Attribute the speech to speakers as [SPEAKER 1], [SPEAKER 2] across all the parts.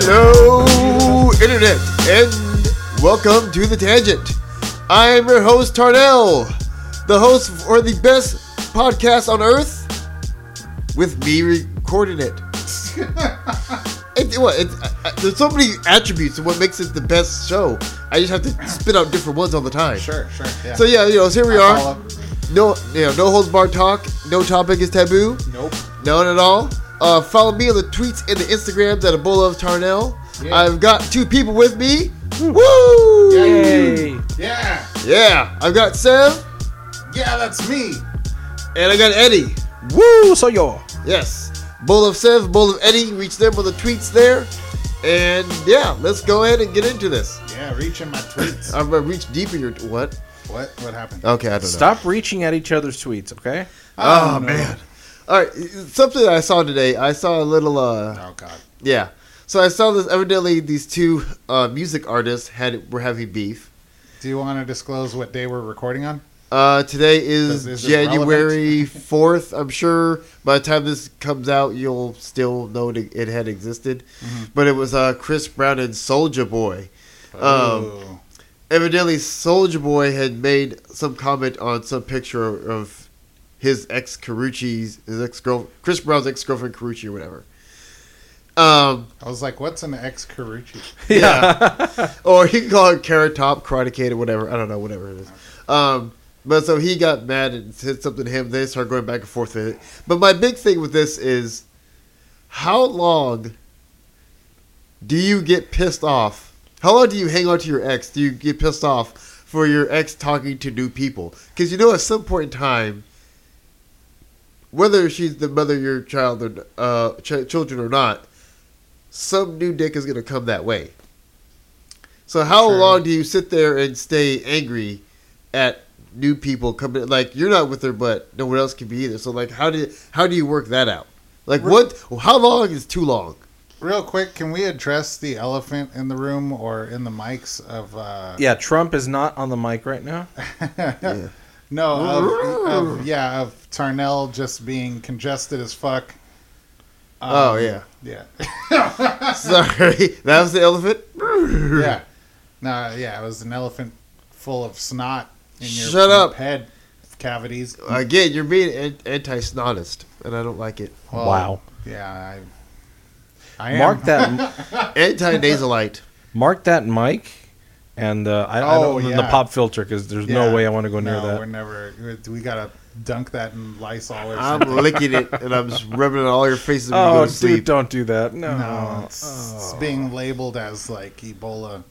[SPEAKER 1] Hello, Internet, and welcome to The Tangent. I am your host, Tarnell, the host for the best podcast on earth, with me recording it. it what, it, I, I- there's so many attributes of what makes it the best show. I just have to spit out different ones all the time.
[SPEAKER 2] Sure, sure. Yeah.
[SPEAKER 1] So, yeah, you know, so here we
[SPEAKER 2] I
[SPEAKER 1] are.
[SPEAKER 2] follow.
[SPEAKER 1] No, you know, no holds barred talk. No topic is taboo.
[SPEAKER 2] Nope.
[SPEAKER 1] None at all. Uh, follow me on the tweets and the Instagrams at Ebola of Tarnell.
[SPEAKER 2] Yeah.
[SPEAKER 1] I've got two people with me.
[SPEAKER 2] Hmm.
[SPEAKER 1] Woo!
[SPEAKER 2] Yeah.
[SPEAKER 1] Yeah, I've got Sam
[SPEAKER 2] Yeah, that's me.
[SPEAKER 1] and I got Eddie.
[SPEAKER 3] Woo, soy yo.
[SPEAKER 1] Yes. Bowl of Sev, Bowl of Eddie. Reach them with the tweets there. And yeah, let's go ahead and get into this.
[SPEAKER 2] Yeah, reaching my tweets.
[SPEAKER 1] I'm gonna reach deep in your what?
[SPEAKER 2] what? What happened?
[SPEAKER 1] Okay, I don't know.
[SPEAKER 3] Stop reaching at each other's tweets, okay?
[SPEAKER 1] Oh,
[SPEAKER 2] no.
[SPEAKER 1] man. All right, something I saw today. I saw a little uh,
[SPEAKER 2] Oh god.
[SPEAKER 1] Yeah. So I saw this. Evidently, these two uh, music artists had were having beef.
[SPEAKER 2] Do you want to disclose what day we're recording on?
[SPEAKER 1] Uh, today
[SPEAKER 2] Is-
[SPEAKER 1] is,
[SPEAKER 2] is it
[SPEAKER 1] January fourth. I'm sure by the time this comes out, you'll still know it, it had existed. But it was uh, Chris Brown and Soldier Boy. Um,
[SPEAKER 2] Ooh.
[SPEAKER 1] evidently, Soldier Boy had made some comment on some picture of his ex Carucci's, his ex girl, Chris Brown's ex girlfriend Carucci or whatever. Um,
[SPEAKER 2] I was like, what's an ex Karuchi?
[SPEAKER 1] Yeah. or he can call it Carrot Top, Karate Kid, or whatever. I don't know, whatever it is. Um, but so he got mad and said something to him. They started going back and forth with it. But my big thing with this is how long do you get pissed off? How long do you hang on to your ex? Do you get pissed off for your ex talking to new people? Because you know, at some point in time, whether she's the mother of your child or uh, ch- children or not, some new dick is going to come that way. So how
[SPEAKER 2] True.
[SPEAKER 1] long do you sit there and stay angry at new people coming? Like you're not with her, but no one else can be either. So like, how do how do you work that out? Like what? How long is too long?
[SPEAKER 2] Real quick, can we address the elephant in the room or in the mics of uh
[SPEAKER 3] Yeah, Trump is not on the mic right now.
[SPEAKER 2] No, of, of yeah, of Tarnell just being congested as fuck. Um,
[SPEAKER 1] oh yeah.
[SPEAKER 2] Yeah.
[SPEAKER 1] Sorry, that was the elephant.
[SPEAKER 2] Yeah. No, yeah, it was an elephant full of snot in your
[SPEAKER 1] Shut up.
[SPEAKER 2] head cavities.
[SPEAKER 1] Again, you're being an- anti-snotist, and I don't like it.
[SPEAKER 2] Well,
[SPEAKER 3] wow.
[SPEAKER 2] Yeah, I, I am.
[SPEAKER 3] Mark that
[SPEAKER 1] Anti-nasalite.
[SPEAKER 3] mark that mic and uh, I, I
[SPEAKER 2] Oh,
[SPEAKER 3] don't the
[SPEAKER 2] yeah.
[SPEAKER 3] pop filter cuz there's
[SPEAKER 2] Yeah.
[SPEAKER 3] no way I want to go near
[SPEAKER 2] No, we're
[SPEAKER 3] that.
[SPEAKER 2] never. We gotta dunk that in Lysol or
[SPEAKER 1] I'm
[SPEAKER 2] something.
[SPEAKER 1] licking it, and I'm just rubbing it all your faces when you go
[SPEAKER 3] Oh,
[SPEAKER 1] to
[SPEAKER 3] dude,
[SPEAKER 1] sleep.
[SPEAKER 3] don't do that. No.
[SPEAKER 2] no, it's, it's being labeled as like
[SPEAKER 1] Oh,
[SPEAKER 2] Ebola.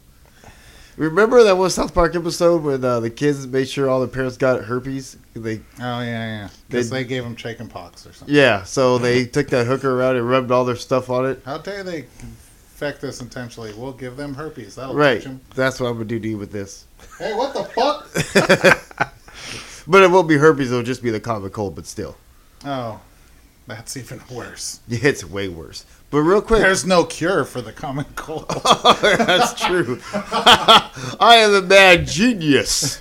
[SPEAKER 1] Remember that one South Park episode when uh, the kids made sure all their parents got herpes? They
[SPEAKER 2] Oh yeah, yeah. Because
[SPEAKER 1] They-
[SPEAKER 2] they, gave him chicken pox or something.
[SPEAKER 1] yeah, so they took that hooker around and rubbed all their stuff on it.
[SPEAKER 2] How dare they infect us intentionally? We'll give them herpes. That'll
[SPEAKER 1] Right,
[SPEAKER 2] catch them.
[SPEAKER 1] that's what I'm gonna do to you with this.
[SPEAKER 2] Hey, what the fuck?
[SPEAKER 1] But it won't be herpes; it'll just be the common cold. But still,
[SPEAKER 2] oh, that's even worse.
[SPEAKER 1] it's way worse. But real quick,
[SPEAKER 2] There's no cure for the common cold.
[SPEAKER 1] That's true. I am a mad genius.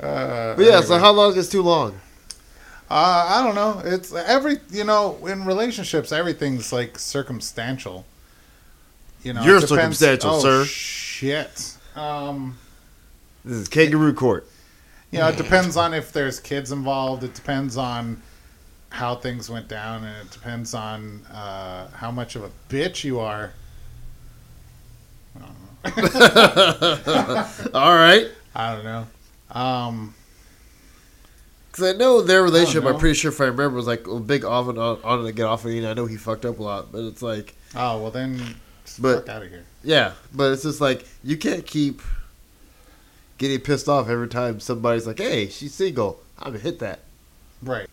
[SPEAKER 2] Uh,
[SPEAKER 1] But yeah,
[SPEAKER 2] anyway.
[SPEAKER 1] so how long is too long?
[SPEAKER 2] Uh, I don't know. It's every you know in relationships everything's like circumstantial. You know, it
[SPEAKER 1] You're
[SPEAKER 2] depends-
[SPEAKER 1] circumstantial,
[SPEAKER 2] oh,
[SPEAKER 1] sir.
[SPEAKER 2] Shit. Um,
[SPEAKER 1] This is kangaroo court.
[SPEAKER 2] you know, it depends on if there's kids involved. It depends on how things went down, and it depends on uh, how much of a bitch you are.
[SPEAKER 1] All right.
[SPEAKER 2] I don't know. Um,
[SPEAKER 1] Because I know their relationship,
[SPEAKER 2] know.
[SPEAKER 1] I'm pretty sure if I remember, was like a big off and on, on and get off. And I know he fucked up a lot, but it's like,
[SPEAKER 2] oh well, then
[SPEAKER 1] But-
[SPEAKER 2] fuck out of here.
[SPEAKER 1] yeah. But it's just like, you can't keep getting pissed off every time somebody's like, hey, she's single. I'm going to hit that.
[SPEAKER 2] Right.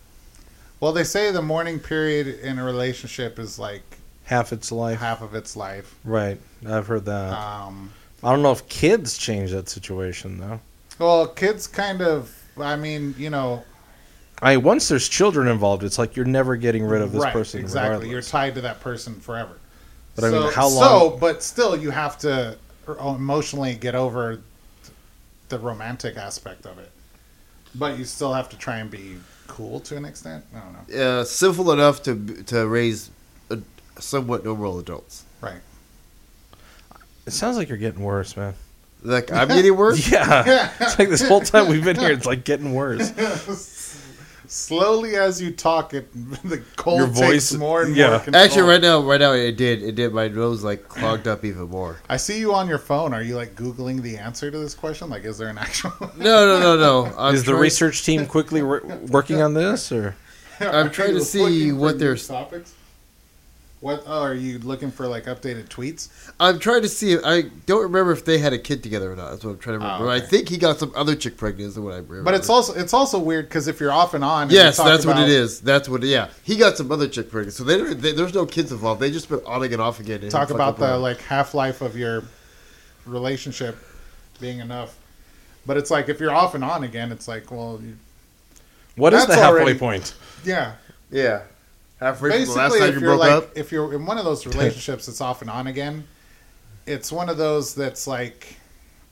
[SPEAKER 2] Well, they say the mourning period in a relationship is like
[SPEAKER 3] Half its life.
[SPEAKER 2] half of its life.
[SPEAKER 3] Right. I've heard that.
[SPEAKER 2] Um,
[SPEAKER 3] I don't know if kids change that situation though.
[SPEAKER 2] Well, kids kind of. I mean, you know,
[SPEAKER 3] I once there's children involved, it's like you're never getting rid of this
[SPEAKER 2] right?
[SPEAKER 3] person
[SPEAKER 2] exactly. You're
[SPEAKER 3] regardless.
[SPEAKER 2] tied to that person forever.
[SPEAKER 3] But I mean, how
[SPEAKER 2] So,
[SPEAKER 3] long-
[SPEAKER 2] but still, you have to emotionally get over the romantic aspect of it. But you still have to try and be cool to an extent. I don't know.
[SPEAKER 1] Uh, simple enough to to raise uh, somewhat normal adults.
[SPEAKER 2] Right.
[SPEAKER 3] It sounds like you're getting worse, man.
[SPEAKER 1] Like I'm getting worse.
[SPEAKER 3] Yeah. It's like this whole time we've been here, it's like getting worse.
[SPEAKER 2] Slowly as you talk, it the cold
[SPEAKER 3] Your
[SPEAKER 2] takes
[SPEAKER 3] voice-
[SPEAKER 2] more and
[SPEAKER 3] yeah.
[SPEAKER 2] more control.
[SPEAKER 1] Actually, right now, right now, it did. It did. My nose like clogged up even more.
[SPEAKER 2] I see you on your phone. Are you like googling the answer to this question? Like, is there an actual?
[SPEAKER 1] No, no, no, no. I'm
[SPEAKER 3] Is the
[SPEAKER 1] trying-
[SPEAKER 3] research team quickly wor- working on this, or
[SPEAKER 1] I'm trying to see what
[SPEAKER 2] their
[SPEAKER 1] there's-
[SPEAKER 2] topics. What oh, are you looking for? Like updated tweets?
[SPEAKER 1] I'm trying to see. If, I don't remember if they had a kid together or not. That's what I'm trying to
[SPEAKER 2] Oh,
[SPEAKER 1] remember.
[SPEAKER 2] okay.
[SPEAKER 1] I think he got some other chick pregnant. Is what I remember.
[SPEAKER 2] But it's also it's also weird because if you're off and on, and you
[SPEAKER 1] yes,
[SPEAKER 2] talk
[SPEAKER 1] that's what
[SPEAKER 2] about-
[SPEAKER 1] it is. That's what. Yeah, he got some other chick pregnant. So they, don't- they there's no kids involved. They just been on and off again. and
[SPEAKER 2] talk
[SPEAKER 1] fucking
[SPEAKER 2] about the
[SPEAKER 1] around.
[SPEAKER 2] like half life of your relationship being enough. But it's like if you're off and on again, it's like well, you,
[SPEAKER 3] what is
[SPEAKER 2] That's
[SPEAKER 3] the halfway
[SPEAKER 2] already-
[SPEAKER 3] point?
[SPEAKER 2] yeah.
[SPEAKER 1] yeah. Halfway from the last
[SPEAKER 2] Basically,
[SPEAKER 1] time
[SPEAKER 2] if
[SPEAKER 1] you
[SPEAKER 2] you
[SPEAKER 1] broke
[SPEAKER 2] are like
[SPEAKER 1] up.
[SPEAKER 2] if you're in one of those relationships that's off and on again, it's one of those that's like,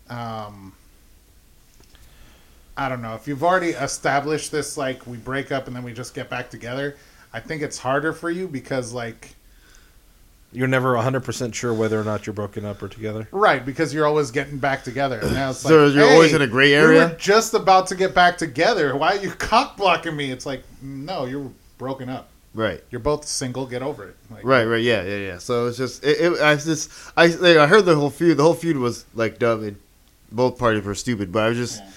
[SPEAKER 2] um, I don't know. If you've already established this, like we break up and then we just get back together, I think it's harder for you because like.
[SPEAKER 3] You're never 100% sure whether or not you're broken up or together.
[SPEAKER 2] Right, because you're always getting back together. And now it's
[SPEAKER 1] So
[SPEAKER 2] like,
[SPEAKER 1] you're
[SPEAKER 2] hey,
[SPEAKER 1] always in a gray
[SPEAKER 2] We
[SPEAKER 1] area?
[SPEAKER 2] were just about to get back together. Why are you cock blocking me? It's like, no, you're broken up.
[SPEAKER 1] Right.
[SPEAKER 2] You're both single. Get over it. Like,
[SPEAKER 1] Right, right, yeah, yeah, yeah. So it's just it, it, I just I like, I heard the whole feud. The whole feud was like dumb, and both parties were stupid. But I was just
[SPEAKER 2] Yeah.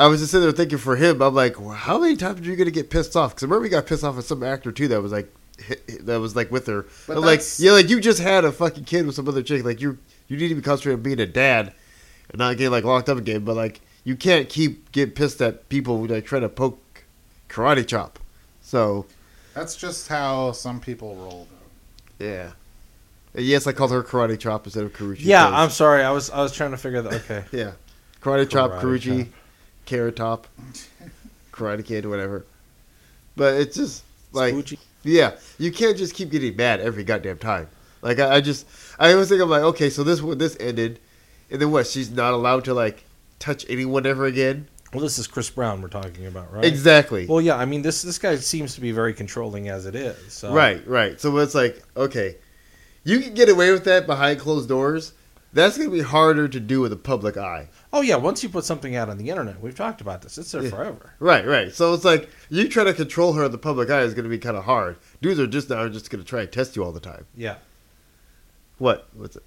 [SPEAKER 1] I was just sitting there thinking for him. I'm like, well, how many times are you gonna get pissed off? Because remember, we got pissed off at some actor too that was like hit- hit- that was like with her.
[SPEAKER 2] But
[SPEAKER 1] I'm like,
[SPEAKER 2] that's-
[SPEAKER 1] yeah, like you just had a fucking kid with some other chick. Like you you need to be concentrating on being a dad and not getting like locked up again. But like you can't keep getting pissed at people who like trying to poke karate chop. So
[SPEAKER 2] That's just how some people roll, though.
[SPEAKER 1] Yeah. And Yes, I called her Karate Chop instead of Karuchi.
[SPEAKER 3] yeah, I'm
[SPEAKER 1] because-
[SPEAKER 3] sorry. I was I was trying to figure that. Okay.
[SPEAKER 1] Yeah. Karate Chop,
[SPEAKER 3] Karate
[SPEAKER 1] Karuchi,
[SPEAKER 3] Chop.
[SPEAKER 1] Carrot Top, Karate Kid, whatever. But it's just like,
[SPEAKER 3] Spoochie.
[SPEAKER 1] yeah, you can't just keep getting mad every goddamn time. Like, I, I just, I always think I'm like, okay, so this one, this ended. And then what? She's not allowed to, like, touch anyone ever again?
[SPEAKER 3] well, this is Chris Brown we're talking about, right?
[SPEAKER 1] Exactly.
[SPEAKER 3] Well, yeah. I mean, this this guy seems to be very controlling as it is. So.
[SPEAKER 1] Right, right. So it's like, okay, you can get away with that behind closed doors. That's going to be harder to do with a public eye.
[SPEAKER 3] Oh yeah. Once you put something out on the internet, we've talked about this. It's there
[SPEAKER 1] Yeah.
[SPEAKER 3] forever.
[SPEAKER 1] Right, right. So it's like you try to control her in the public eye is going to be kind of hard. Dudes are just now just going to try and test you all the time.
[SPEAKER 3] Yeah.
[SPEAKER 1] What? What's it?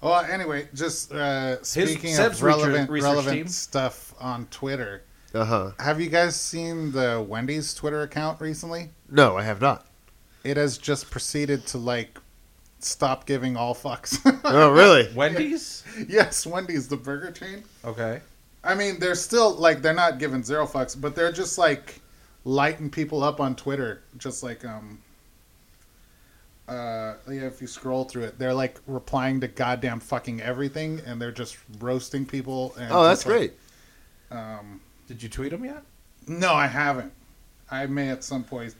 [SPEAKER 2] Well, anyway, just uh, speaking
[SPEAKER 3] Seb's
[SPEAKER 2] of relevant,
[SPEAKER 3] research- research
[SPEAKER 2] relevant
[SPEAKER 3] team.
[SPEAKER 2] stuff on Twitter,
[SPEAKER 1] Uh huh.
[SPEAKER 2] have you guys seen the Wendy's Twitter account recently?
[SPEAKER 1] No, I have not.
[SPEAKER 2] It has just proceeded to, like, stop giving all fucks.
[SPEAKER 1] Oh, really?
[SPEAKER 3] Wendy's.
[SPEAKER 2] yes, Wendy's, the burger chain.
[SPEAKER 3] Okay.
[SPEAKER 2] I mean, they're still like they're not giving zero fucks, but they're just like lighting people up on Twitter. Just like um, uh, yeah, if you scroll through it, they're like replying to goddamn fucking everything, and they're just roasting people. And
[SPEAKER 1] Oh, that's
[SPEAKER 2] just, like,
[SPEAKER 1] great.
[SPEAKER 2] Um,
[SPEAKER 3] Did you tweet him yet?
[SPEAKER 2] no, I haven't. I may at some point,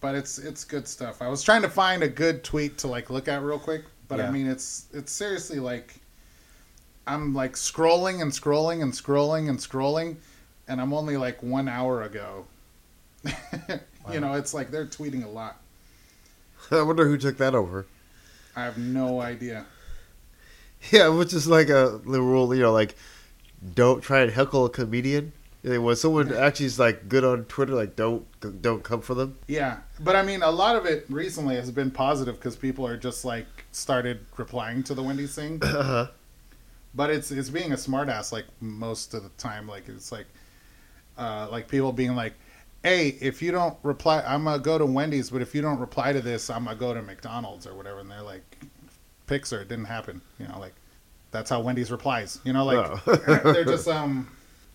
[SPEAKER 2] but it's it's good stuff. I was trying to find a good tweet to like look at real quick, but I
[SPEAKER 3] Yeah.
[SPEAKER 2] mean it's it's seriously like I'm like scrolling and scrolling and scrolling and scrolling, and I'm only like one hour ago. You know, it's like they're tweeting a lot.
[SPEAKER 1] I wonder who took that over.
[SPEAKER 2] I have no idea.
[SPEAKER 1] Yeah, which is like a the rule, you know, like don't try and heckle a comedian. And When someone actually is like good on Twitter, like don't don't come for them.
[SPEAKER 2] Yeah, but I mean, a lot of it recently has been positive because people are just like started replying to the Wendy's thing.
[SPEAKER 1] Uh-huh.
[SPEAKER 2] But it's it's being a smartass like most of the time. Like it's like, uh, like people being like, "Hey, if you don't reply, I'm gonna go to Wendy's. But if you don't reply to this, I'm gonna go to McDonald's or whatever." And they're like, "Pixar, it didn't happen." You know, like that's how Wendy's replies. You know, like they're just um,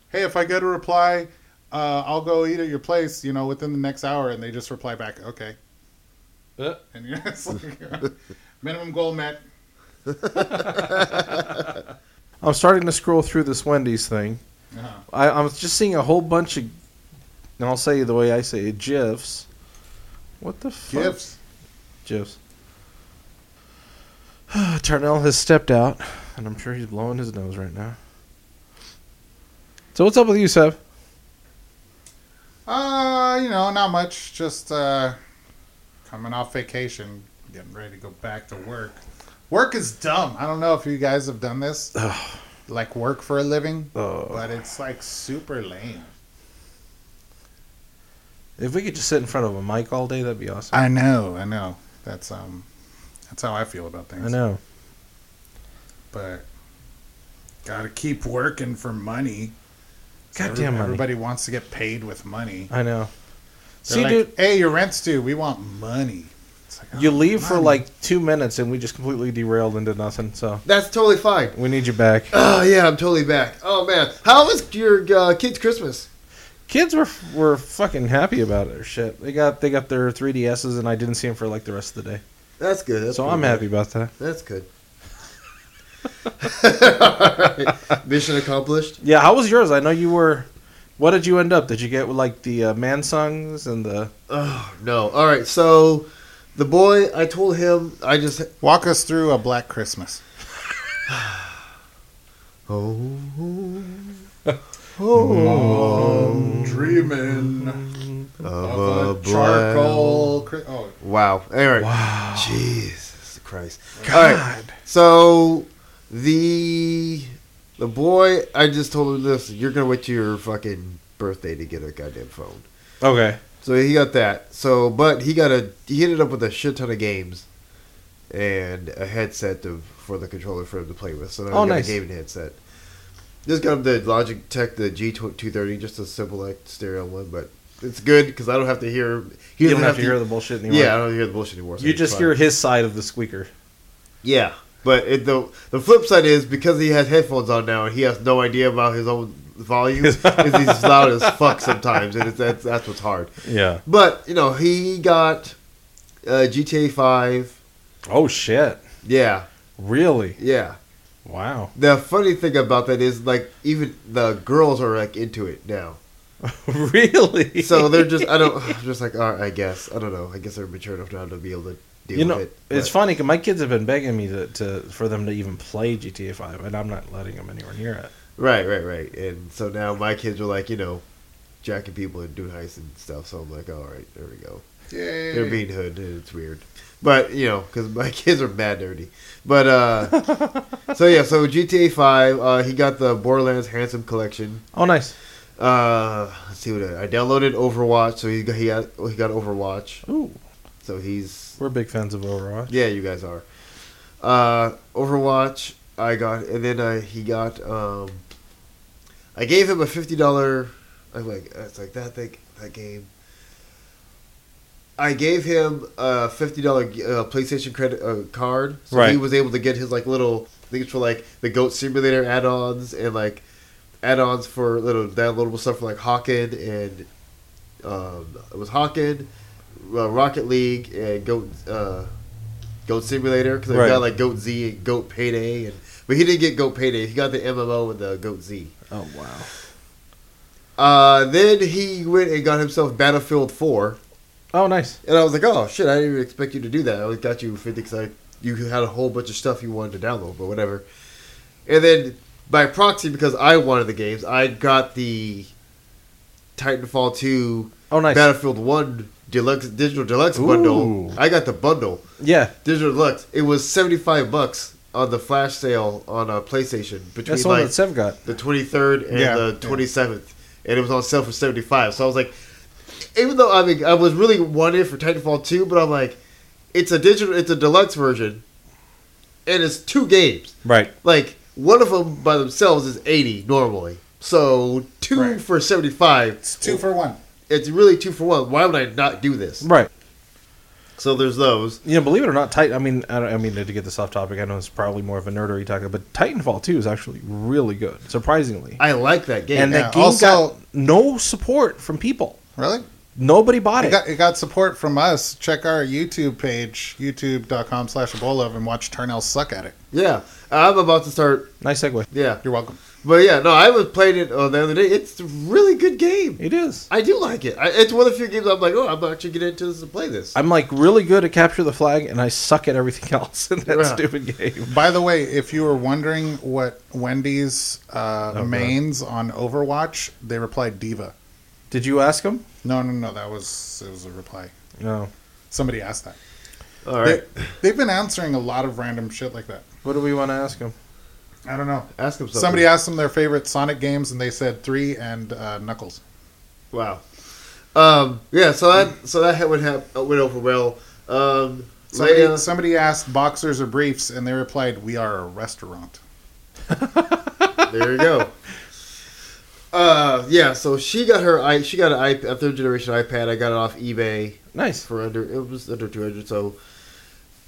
[SPEAKER 2] "Hey, if I go to reply, uh, I'll go eat at your place." You know, within the next hour, and they just reply back, "Okay."
[SPEAKER 3] Uh.
[SPEAKER 2] And you're it's like, uh, minimum goal met.
[SPEAKER 3] I'm starting to scroll through this Wendy's thing.
[SPEAKER 2] Uh-huh.
[SPEAKER 3] I, I'm just seeing a whole bunch of, and I'll say it the way I say it, gifs. What the fuck?
[SPEAKER 2] Gifts.
[SPEAKER 3] Gifs. Tarnell has stepped out, and I'm sure he's blowing his nose right now. So what's up with you, Seb?
[SPEAKER 2] Uh, you know, not much. Just uh, coming off vacation, getting ready to go back to work. Work is dumb. I don't know if you guys have done this, like work for a living,
[SPEAKER 3] Oh.
[SPEAKER 2] but it's like super lame.
[SPEAKER 3] If we could just sit in front of a mic all day, that'd be awesome.
[SPEAKER 2] I know, I know. That's um, that's how I feel about things.
[SPEAKER 3] I know.
[SPEAKER 2] but gotta keep working for money.
[SPEAKER 3] Goddamn money.
[SPEAKER 2] Everybody wants to get paid with money.
[SPEAKER 3] I know.
[SPEAKER 2] They're
[SPEAKER 3] See,
[SPEAKER 2] like,
[SPEAKER 3] dude,
[SPEAKER 2] hey, your rent's due. We want money. It's like,
[SPEAKER 3] you
[SPEAKER 2] "Oh,
[SPEAKER 3] leave for
[SPEAKER 2] money."
[SPEAKER 3] like two minutes and we just completely derailed into nothing. So
[SPEAKER 1] That's totally fine.
[SPEAKER 3] we need you back.
[SPEAKER 1] Oh yeah, I'm totally back. Oh man, how was your uh, kids' Christmas?
[SPEAKER 3] Kids were were fucking happy about it. Or shit, they got they got their 3ds's and I didn't see them for like the rest of the day.
[SPEAKER 1] That's good. That's
[SPEAKER 3] so
[SPEAKER 1] pretty
[SPEAKER 3] I'm
[SPEAKER 1] good.
[SPEAKER 3] happy about that.
[SPEAKER 1] That's good. Alright, Mission accomplished.
[SPEAKER 3] Yeah, how was yours? I know you were. What did you end up? Did you get like the uh, man songs and the?
[SPEAKER 1] Oh no! All right, so the boy, I told him, I just
[SPEAKER 2] Walk us through a Black Christmas.
[SPEAKER 1] oh,
[SPEAKER 2] dreaming
[SPEAKER 1] of a black.
[SPEAKER 2] Oh,
[SPEAKER 1] Wow. Anyway,
[SPEAKER 3] Wow.
[SPEAKER 1] Jesus Christ. All right,
[SPEAKER 3] God.
[SPEAKER 1] so the the boy, I just told him this: you're gonna wait till your fucking birthday to get a goddamn phone.
[SPEAKER 3] Okay.
[SPEAKER 1] So he got that. So, but he got a he ended up with a shit ton of games and a headset to, for the controller for him to play with. So now
[SPEAKER 3] Oh,
[SPEAKER 1] he got
[SPEAKER 3] nice.
[SPEAKER 1] a gaming headset. Just got him the Logitech, the G two thirty, just a simple like stereo one, but it's good because I don't have to hear. He
[SPEAKER 3] You
[SPEAKER 1] doesn't
[SPEAKER 3] don't have to hear the bullshit anymore.
[SPEAKER 1] yeah, I don't hear the bullshit anymore. so
[SPEAKER 3] You
[SPEAKER 1] it's
[SPEAKER 3] just
[SPEAKER 1] fine.
[SPEAKER 3] hear his side of the squeaker.
[SPEAKER 1] Yeah, but it, the the flip side is because he has headphones on now and he has no idea about his own volume, is he's loud as fuck sometimes, and it's, that's that's what's hard.
[SPEAKER 3] Yeah.
[SPEAKER 1] But you know, he got uh, GTA Five.
[SPEAKER 3] Oh shit!
[SPEAKER 1] Yeah,
[SPEAKER 3] Really?
[SPEAKER 1] yeah.
[SPEAKER 3] Wow.
[SPEAKER 1] The funny thing about that is, like, even the girls are like into it now.
[SPEAKER 3] really?
[SPEAKER 1] So they're just, I don't, I'm just like, all right, I guess, I don't know. I guess they're mature enough now to be able to deal
[SPEAKER 3] you know,
[SPEAKER 1] with it.
[SPEAKER 3] it's
[SPEAKER 1] but-
[SPEAKER 3] funny 'cause my kids have been begging me to, to for them to even play GTA Five, and I'm not letting them anywhere near it.
[SPEAKER 1] Right, right, right. And so now my kids are like, you know, jacking people and doing heists and stuff. So I'm like, all right, there we go.
[SPEAKER 2] yay.
[SPEAKER 1] They're being hood, and it's weird. But you know, because my kids are mad dirty. But uh, so yeah, so GTA Five. Uh, he got the Borderlands Handsome Collection.
[SPEAKER 3] Oh, nice.
[SPEAKER 1] Uh, let's see what I, I downloaded Overwatch. So he got, he got he got Overwatch.
[SPEAKER 3] Ooh,
[SPEAKER 1] So he's
[SPEAKER 3] we're big fans of Overwatch.
[SPEAKER 1] yeah, you guys are. Uh, Overwatch. I got and then uh, he got. Um, I gave him a fifty dollar. I'm like it's like that thing that game. I gave him a fifty dollar uh, PlayStation credit uh, card, so he
[SPEAKER 3] Right.
[SPEAKER 1] was able to get his like little things for like the Goat Simulator add-ons and like add-ons for little downloadable stuff for like Hawken and um, it was Hawken, uh, Rocket League, and Goat uh, Goat Simulator because I
[SPEAKER 3] Right.
[SPEAKER 1] got like Goat Z and Goat Payday, and but he didn't get Goat Payday. He got the MMO and the Goat Z.
[SPEAKER 3] Oh wow.
[SPEAKER 1] Uh, then he went and got himself Battlefield Four,
[SPEAKER 3] Oh, nice.
[SPEAKER 1] and I was like, "Oh shit! I didn't even expect you to do that. I always got you fifty because you had a whole bunch of stuff you wanted to download, but whatever." And then by proxy, because I wanted the games, I got the Titanfall Two,
[SPEAKER 3] Oh, nice.
[SPEAKER 1] Battlefield One Deluxe Digital Deluxe bundle.
[SPEAKER 3] Ooh.
[SPEAKER 1] I got the bundle
[SPEAKER 3] yeah,
[SPEAKER 1] Digital Deluxe. It was seventy five bucks on the flash sale on uh, PlayStation between
[SPEAKER 3] that's the one
[SPEAKER 1] like
[SPEAKER 3] that Sev got.
[SPEAKER 1] the 23rd and
[SPEAKER 2] Yeah,
[SPEAKER 1] the
[SPEAKER 2] yeah.
[SPEAKER 1] 27th, and it was on sale for 75. So I was like, even though I mean I was really wanted for Titanfall 2, but I'm like, it's a digital, it's a deluxe version, and it's two games.
[SPEAKER 3] Right.
[SPEAKER 1] Like one of them by themselves is 80 normally, so two
[SPEAKER 2] Right.
[SPEAKER 1] for 75.
[SPEAKER 2] It's two for one.
[SPEAKER 1] It's really two for one. Why would I not do this?
[SPEAKER 3] Right.
[SPEAKER 1] So there's those.
[SPEAKER 3] You know, believe it or not, Titan. I mean, I, don't, I mean to get this off topic. I know it's probably more of a nerdery topic, but Titanfall Two is actually really good, surprisingly.
[SPEAKER 1] I like that game.
[SPEAKER 3] and
[SPEAKER 2] yeah.
[SPEAKER 3] that game
[SPEAKER 2] Also-
[SPEAKER 3] got no support from people.
[SPEAKER 2] Really?
[SPEAKER 3] Nobody bought
[SPEAKER 2] It
[SPEAKER 3] it.
[SPEAKER 2] got, it got support from us. Check our YouTube page, youtube.com slash Abolov, and watch Tarnell suck at it.
[SPEAKER 1] yeah, I'm about to start.
[SPEAKER 3] nice segue.
[SPEAKER 1] Yeah,
[SPEAKER 2] You're welcome.
[SPEAKER 1] but yeah, no, I was playing it uh, the other day. It's a really good game.
[SPEAKER 3] It is.
[SPEAKER 1] I do like it. I, it's one of the few games I'm like, oh, I'm actually getting into this and play this.
[SPEAKER 3] I'm like really good at capture the flag, and I suck at everything else in that
[SPEAKER 1] Yeah.
[SPEAKER 3] stupid game.
[SPEAKER 2] By the way, if you were wondering what Wendy's uh, mains on Overwatch, they replied Diva.
[SPEAKER 3] Did you ask him?
[SPEAKER 2] No, no, no. That was it was a reply.
[SPEAKER 3] No.
[SPEAKER 2] Somebody asked that.
[SPEAKER 1] All right,
[SPEAKER 2] They, have been answering a lot of random shit like that.
[SPEAKER 3] What do we want to ask him?
[SPEAKER 2] I don't know.
[SPEAKER 1] ask him something.
[SPEAKER 2] Somebody asked them their favorite Sonic games, and they said three and uh, Knuckles.
[SPEAKER 1] Wow. Um, yeah, so that so that would have went over well. Um,
[SPEAKER 2] Somebody,
[SPEAKER 1] Leia-
[SPEAKER 2] somebody asked boxers or briefs, and they replied, "We are a restaurant."
[SPEAKER 1] there you go. Uh, yeah, so she got her i she got an i a third generation iPad. I got it off eBay
[SPEAKER 3] Nice.
[SPEAKER 1] for under it was under two hundred. So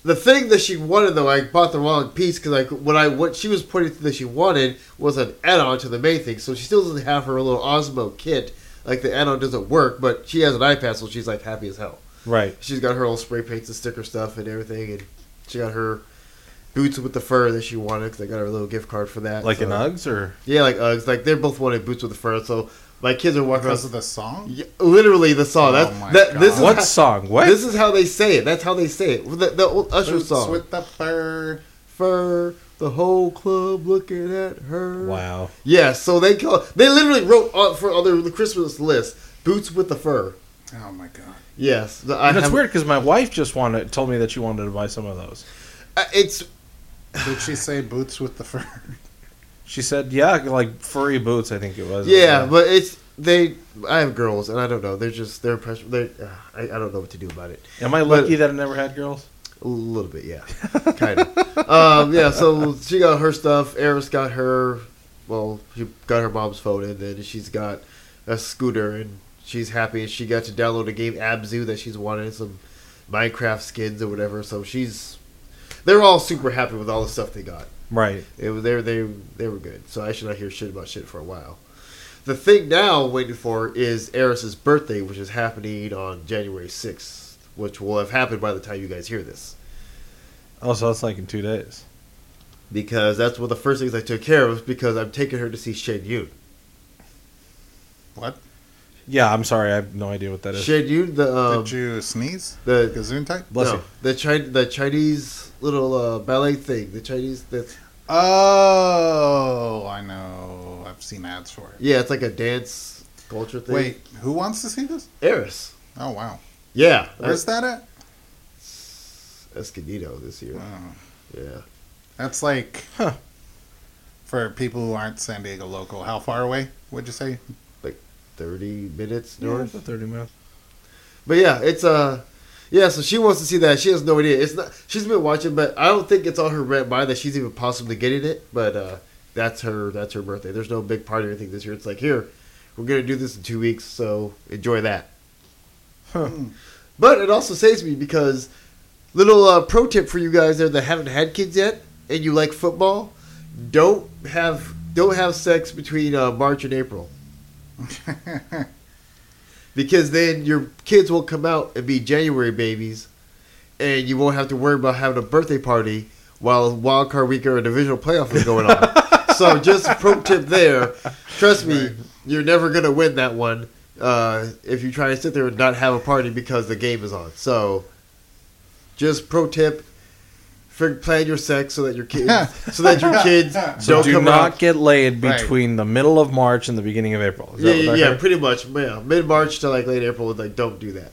[SPEAKER 1] the thing that she wanted though, I bought the wrong piece because like what I what she was pointing to that she wanted was an add on to the main thing. So she still doesn't have her little Osmo kit. Like the add on doesn't work, but she has an iPad, so she's like happy as hell.
[SPEAKER 3] Right.
[SPEAKER 1] She's got her old spray paints and sticker stuff and everything, and she got her boots with the fur that she wanted because I got her a little gift card for that.
[SPEAKER 3] Like
[SPEAKER 1] so.
[SPEAKER 3] an Uggs or
[SPEAKER 1] Yeah, like Uggs. Like they're both wanted boots with the fur. So my kids are walking
[SPEAKER 2] Because of
[SPEAKER 1] around.
[SPEAKER 2] the song,
[SPEAKER 1] Yeah, literally the song.
[SPEAKER 2] Oh
[SPEAKER 1] That's
[SPEAKER 2] my
[SPEAKER 1] that. This is
[SPEAKER 2] God.
[SPEAKER 3] what
[SPEAKER 1] how,
[SPEAKER 3] song? What?
[SPEAKER 1] This is how they say it. That's how they say it. The, the old Usher
[SPEAKER 2] Boots
[SPEAKER 1] song.
[SPEAKER 2] with the fur.
[SPEAKER 1] fur. The whole club looking at her.
[SPEAKER 3] wow.
[SPEAKER 1] Yeah. So they call. They literally wrote on for on their Christmas list. Boots with the fur.
[SPEAKER 2] Oh my god!
[SPEAKER 1] Yes. the- I
[SPEAKER 3] And it's
[SPEAKER 1] have-
[SPEAKER 3] weird because my wife just wanted told me that she wanted to buy some of those.
[SPEAKER 1] uh, It's
[SPEAKER 2] Did she say boots with the fur?
[SPEAKER 3] She said, "Yeah, like furry boots." I think it was.
[SPEAKER 1] Yeah, but it's they. I have girls, and I don't know. They're just they're impression. They uh, I, I don't know what to do about it.
[SPEAKER 3] am I lucky that I never had girls?
[SPEAKER 1] A little bit, yeah, kind of. Um, yeah, so she got her stuff. Eris got her. Well, she got her mom's phone, and then she's got a scooter, and she's happy. And she got to download a game Abzu that she's wanted some Minecraft skins or whatever. So she's they're all super happy with all the stuff they got.
[SPEAKER 3] Right.
[SPEAKER 1] It was they they they were good. So I should not hear shit about shit for a while. The thing now waiting for is Eris's birthday, which is happening on January sixth, which will have happened by the time you guys hear this,
[SPEAKER 3] Oh, so that's like in two days.
[SPEAKER 1] because that's one of the first things I took care of because I'm taking her to see Shen Yun.
[SPEAKER 2] What?
[SPEAKER 3] Yeah, I'm sorry, I have no idea what that is.
[SPEAKER 1] Shen Yun, the um,
[SPEAKER 2] Did you sneeze?
[SPEAKER 1] the
[SPEAKER 2] Gesundheit?
[SPEAKER 3] Bless
[SPEAKER 1] no,
[SPEAKER 3] you.
[SPEAKER 1] the Chinese the Chinese little uh, ballet thing, the Chinese that's
[SPEAKER 2] Oh, I know. I've seen ads for it.
[SPEAKER 1] yeah, it's like a dance culture thing.
[SPEAKER 2] Wait, who wants to see this?
[SPEAKER 1] Eris,
[SPEAKER 2] Oh wow,
[SPEAKER 1] yeah,
[SPEAKER 2] where's that at?
[SPEAKER 1] Escondido this year,
[SPEAKER 2] Oh,
[SPEAKER 1] yeah.
[SPEAKER 2] that's like
[SPEAKER 3] Huh.
[SPEAKER 2] for people who aren't San Diego local. How far away would you say?
[SPEAKER 1] 30 minutes
[SPEAKER 3] Yeah,
[SPEAKER 1] north.
[SPEAKER 3] it's a thirty minutes.
[SPEAKER 1] But yeah, it's uh yeah, so she wants to see that. She has no idea. It's not she's been watching, but I don't think it's on her red mind that she's even possibly getting it, but uh that's her that's her birthday. There's no big party or anything this year. It's like, here, we're going to do this in 2 weeks, so enjoy that. Hmm.
[SPEAKER 3] Huh.
[SPEAKER 1] But it also saves me because little uh, pro tip for you guys there that haven't had kids yet and you like football, don't have don't have sex between uh, March and April. because then your kids will come out and be January babies, and you won't have to worry about having a birthday party while wild card week or a divisional playoff is going on. so just pro tip there. Trust me, you're never gonna win that one uh, if you try and sit there and not have a party because the game is on. So just pro tip. fig- Plan your sex so that your kids, so that your kids
[SPEAKER 3] So
[SPEAKER 1] don't
[SPEAKER 3] do
[SPEAKER 1] come
[SPEAKER 3] not
[SPEAKER 1] out.
[SPEAKER 3] get laid
[SPEAKER 2] Right.
[SPEAKER 3] between the middle of March and the beginning of April. Is
[SPEAKER 1] Yeah,
[SPEAKER 3] that
[SPEAKER 1] yeah,
[SPEAKER 3] what I
[SPEAKER 1] yeah,
[SPEAKER 3] heard?
[SPEAKER 1] pretty much. Yeah, mid March to like late April. Like, don't do that.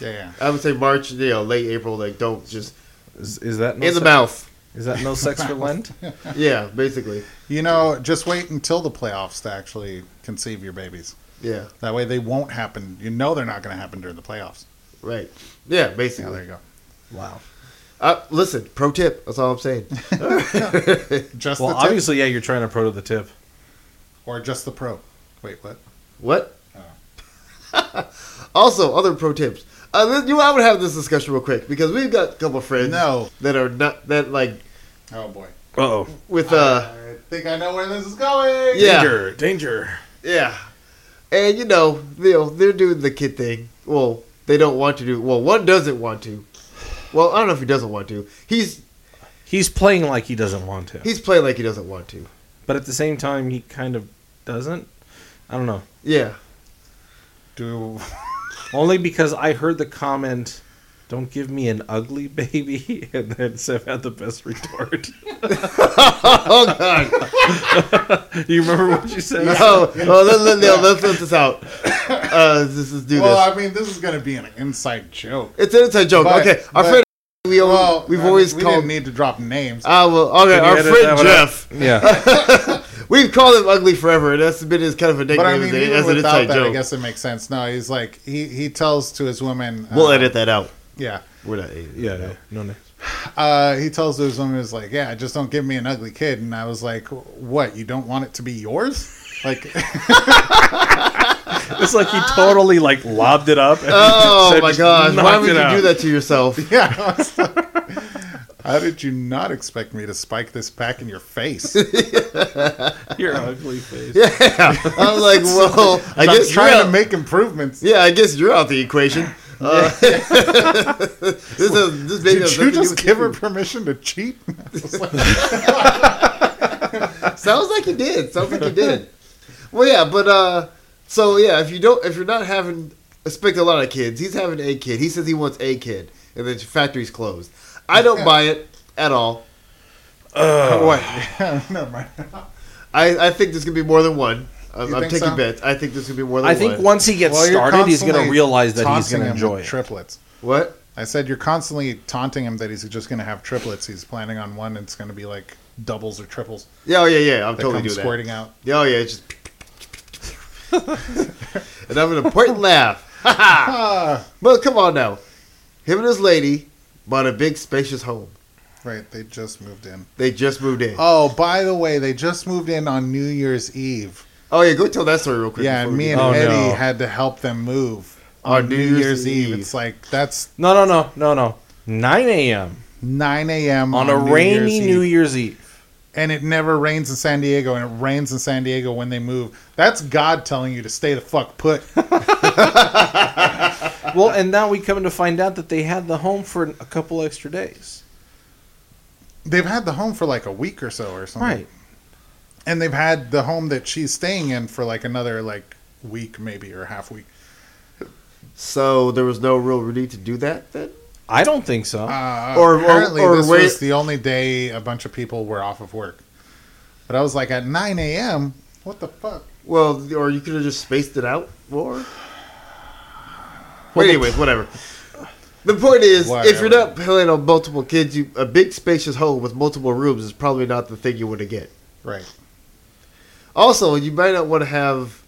[SPEAKER 2] Yeah, yeah.
[SPEAKER 1] I would say March, you know, late April. Like, don't just
[SPEAKER 3] Is, is that no
[SPEAKER 1] in the
[SPEAKER 3] se-
[SPEAKER 1] mouth.
[SPEAKER 3] Is that no sex for Lent?
[SPEAKER 1] Yeah, basically.
[SPEAKER 2] You know, just wait until the playoffs to actually conceive your babies.
[SPEAKER 1] Yeah,
[SPEAKER 2] That way, they won't happen. You know, they're not going to happen during the playoffs.
[SPEAKER 1] right. Yeah,
[SPEAKER 2] Yeah, there
[SPEAKER 1] basically.
[SPEAKER 2] you go.
[SPEAKER 3] Wow.
[SPEAKER 1] Uh, listen, pro tip. That's all I'm saying.
[SPEAKER 2] Just
[SPEAKER 3] Well,
[SPEAKER 2] the tip,
[SPEAKER 3] obviously, yeah, you're trying to pro to the tip.
[SPEAKER 2] or just the pro. Wait, what?
[SPEAKER 1] What?
[SPEAKER 2] Oh.
[SPEAKER 1] also, other pro tips. Uh, th- you, I would have this discussion real quick because we've got a couple friends
[SPEAKER 2] No.
[SPEAKER 1] that are not that like
[SPEAKER 2] Oh boy.
[SPEAKER 3] Oh,
[SPEAKER 1] with uh
[SPEAKER 2] I think I know where this is going.
[SPEAKER 1] Yeah.
[SPEAKER 3] danger, danger.
[SPEAKER 1] yeah, and you know you know they're doing the kid thing. Well, they don't want to do. Well, one doesn't want to. Well, I don't know if he doesn't want to. He's
[SPEAKER 3] He's playing like he doesn't want to,
[SPEAKER 1] he's playing like he doesn't want to.
[SPEAKER 3] but at the same time, he kind of doesn't. I don't know.
[SPEAKER 1] Yeah.
[SPEAKER 2] Do
[SPEAKER 3] Only because I heard the comment Don't give me an ugly baby, and then Sif had the best retort.
[SPEAKER 1] oh god.
[SPEAKER 3] you remember what you said?
[SPEAKER 1] No, no, let, let, no, let's let this out. Uh, this is do
[SPEAKER 2] well,
[SPEAKER 1] this.
[SPEAKER 2] I mean, this is going to be an inside joke.
[SPEAKER 1] It's an inside joke.
[SPEAKER 2] But-
[SPEAKER 1] okay, our
[SPEAKER 2] but-
[SPEAKER 1] friend. We always,
[SPEAKER 2] Well,
[SPEAKER 1] we've
[SPEAKER 2] I mean,
[SPEAKER 1] always
[SPEAKER 2] we
[SPEAKER 1] called.
[SPEAKER 2] didn't need to drop names.
[SPEAKER 1] Ah, well, okay,
[SPEAKER 3] Can you
[SPEAKER 1] our
[SPEAKER 3] edit that
[SPEAKER 1] friend
[SPEAKER 3] one out?
[SPEAKER 1] Jeff.
[SPEAKER 3] Yeah.
[SPEAKER 1] We've called him ugly forever, and that's been his kind of a nickname
[SPEAKER 2] but I mean,
[SPEAKER 1] as, a-
[SPEAKER 2] even
[SPEAKER 1] as an
[SPEAKER 2] without
[SPEAKER 1] inside
[SPEAKER 2] that, I
[SPEAKER 1] joke.
[SPEAKER 2] guess it makes sense. No, he's like he he tells to his woman.
[SPEAKER 1] We'll
[SPEAKER 2] uh,
[SPEAKER 1] edit that out.
[SPEAKER 2] Yeah,
[SPEAKER 1] We're not editing.
[SPEAKER 3] Yeah. yeah. No, no.
[SPEAKER 2] uh, he tells to his woman is like, yeah, just don't give me an ugly kid. And I was like, what? You don't want it to be yours? Like,
[SPEAKER 3] It's like he totally like lobbed it up. and
[SPEAKER 1] Oh
[SPEAKER 3] said,
[SPEAKER 1] my
[SPEAKER 3] "Just
[SPEAKER 1] gosh! Why
[SPEAKER 3] knocked
[SPEAKER 1] would
[SPEAKER 3] it
[SPEAKER 1] you
[SPEAKER 3] out."
[SPEAKER 1] do that to yourself?
[SPEAKER 2] yeah. I was like, How did you not expect me to spike this back in your face?
[SPEAKER 3] Your ugly face.
[SPEAKER 1] Yeah, I'm like, well, I
[SPEAKER 2] I'm
[SPEAKER 1] guess
[SPEAKER 2] trying
[SPEAKER 1] you're
[SPEAKER 2] to
[SPEAKER 1] out-
[SPEAKER 2] make improvements.
[SPEAKER 1] Yeah, I guess you're out the equation. Uh, this is this baby
[SPEAKER 2] Did
[SPEAKER 1] has
[SPEAKER 2] you
[SPEAKER 1] nothing to do
[SPEAKER 2] just
[SPEAKER 1] with
[SPEAKER 2] give
[SPEAKER 1] you.
[SPEAKER 2] her permission to cheat? I was like,
[SPEAKER 1] Sounds like you did. Sounds like you did. Well, yeah, but uh, so yeah, if you don't, if you're not having, expect a lot of kids. He's having a kid. He says he wants a kid, and the factory's closed. I don't buy it at all.
[SPEAKER 3] Oh.
[SPEAKER 2] what? Never mind.
[SPEAKER 1] I, I think there's gonna be more than one. I'm,
[SPEAKER 2] You
[SPEAKER 1] I'm
[SPEAKER 2] think
[SPEAKER 1] taking
[SPEAKER 2] so?
[SPEAKER 1] bets. I think there's gonna be more than
[SPEAKER 3] I
[SPEAKER 1] one.
[SPEAKER 3] think once he gets
[SPEAKER 2] Well, you're
[SPEAKER 3] started, he's going to
[SPEAKER 2] constantly
[SPEAKER 3] realize that he's
[SPEAKER 2] tossing
[SPEAKER 3] going to
[SPEAKER 2] him
[SPEAKER 3] enjoy
[SPEAKER 2] with
[SPEAKER 3] it.
[SPEAKER 2] triplets.
[SPEAKER 1] what?
[SPEAKER 2] I said you're constantly taunting him that he's just going to have triplets. He's planning on one, and it's going to be like doubles or triples
[SPEAKER 1] Yeah, oh yeah, yeah. I'm
[SPEAKER 2] that
[SPEAKER 1] totally
[SPEAKER 2] come
[SPEAKER 1] doing that.
[SPEAKER 2] squirting out.
[SPEAKER 1] Yeah, oh yeah. It's just, and I'm gonna point and laugh.
[SPEAKER 2] Ah,
[SPEAKER 1] But come on now, him and his lady bought a big spacious home.
[SPEAKER 2] right. They just moved in.
[SPEAKER 1] They just moved in.
[SPEAKER 2] Oh, by the way, they just moved in on New Year's Eve.
[SPEAKER 1] Oh yeah, go tell that story real quick.
[SPEAKER 2] Yeah,
[SPEAKER 1] before
[SPEAKER 2] and
[SPEAKER 1] we
[SPEAKER 2] me
[SPEAKER 1] get
[SPEAKER 2] and
[SPEAKER 3] Oh,
[SPEAKER 2] Eddie
[SPEAKER 3] no.
[SPEAKER 2] had to help them move
[SPEAKER 1] On
[SPEAKER 2] on,
[SPEAKER 1] New
[SPEAKER 2] New,
[SPEAKER 1] Year's
[SPEAKER 2] Year's, Eve.
[SPEAKER 1] Eve.
[SPEAKER 2] It's like that's
[SPEAKER 3] No, no, no, no, no. 9 a.m.
[SPEAKER 2] 9 a.m.
[SPEAKER 3] on a
[SPEAKER 2] New
[SPEAKER 3] rainy
[SPEAKER 2] Year's
[SPEAKER 3] New
[SPEAKER 2] Eve.
[SPEAKER 3] Year's Eve.
[SPEAKER 2] and it never rains in San Diego, and it rains in San Diego when they move. That's God telling you to stay the fuck put.
[SPEAKER 3] well, and now we come to find out that they had the home for a couple extra days.
[SPEAKER 2] they've had the home for like a week or so or something.
[SPEAKER 3] Right.
[SPEAKER 2] and they've had the home that she's staying in for like another like week maybe or half week
[SPEAKER 1] So there was no real need to do that then?
[SPEAKER 3] I don't think so.
[SPEAKER 2] uh,
[SPEAKER 1] Or- or-
[SPEAKER 2] apparently
[SPEAKER 1] or
[SPEAKER 2] this
[SPEAKER 1] wait-
[SPEAKER 2] was the only day a bunch of people were off of work but i was like at 9 a.m what the fuck
[SPEAKER 1] Well, or you could have just spaced it out more. Well, anyways, whatever. The point is, if you're not planning on multiple kids, you, a big spacious home with multiple rooms is probably not the thing you want to get.
[SPEAKER 2] right
[SPEAKER 1] Also, you might not want to have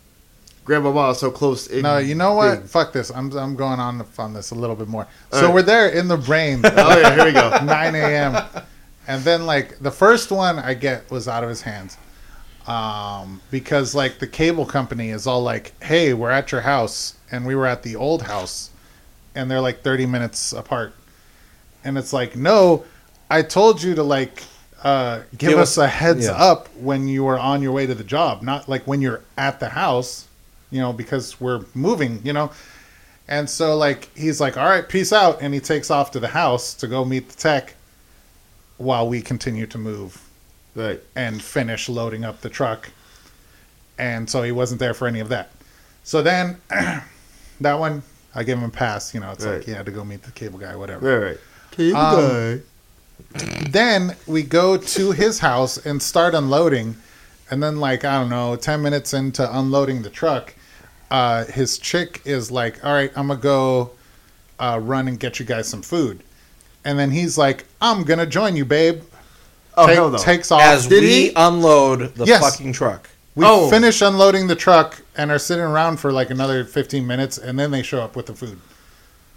[SPEAKER 1] grandmama so close. In
[SPEAKER 2] no you know what
[SPEAKER 1] thing.
[SPEAKER 2] fuck this i'm, I'm going on on this a little bit more
[SPEAKER 1] All
[SPEAKER 2] so
[SPEAKER 1] right.
[SPEAKER 2] we're there in the brain
[SPEAKER 1] Oh yeah, here we go.
[SPEAKER 2] 9 a.m. And then like the first one I get was out of his hands. Um, because like the cable company is all like, "Hey, we're at your house," and we were at the old house, and they're like 30 minutes apart, and it's like, "No, I told you to like uh, give,
[SPEAKER 3] Give
[SPEAKER 2] us
[SPEAKER 3] us-
[SPEAKER 2] a heads
[SPEAKER 3] yeah.
[SPEAKER 2] up when you are on your way to the job, not like when you're at the house, you know, because we're moving, you know." And so like he's like, "All right, peace out," and he takes off to the house to go meet the tech while we continue to move
[SPEAKER 1] Right.
[SPEAKER 2] and finish loading up the truck. And so he wasn't there for any of that. So then that one I give him a pass, you know, it's
[SPEAKER 1] Right.
[SPEAKER 2] like he had to go meet the cable guy, whatever.
[SPEAKER 1] All right. Cable
[SPEAKER 2] Um, Then we go to his house and start unloading. And then like, I don't know, 10 minutes into unloading the truck, uh, his chick is like, "All right, I'm gonna go uh, run and get you guys some food," and then he's like, "I'm gonna join you, babe."
[SPEAKER 1] Oh
[SPEAKER 2] Take-
[SPEAKER 1] hell no.
[SPEAKER 2] Takes off.
[SPEAKER 3] As
[SPEAKER 1] did
[SPEAKER 3] we
[SPEAKER 1] he-
[SPEAKER 3] unload the
[SPEAKER 2] Uh, Yes.
[SPEAKER 3] fucking truck.
[SPEAKER 2] we
[SPEAKER 1] Oh.
[SPEAKER 2] finish unloading the truck and are sitting around for like another 15 minutes, and then they show up with the food.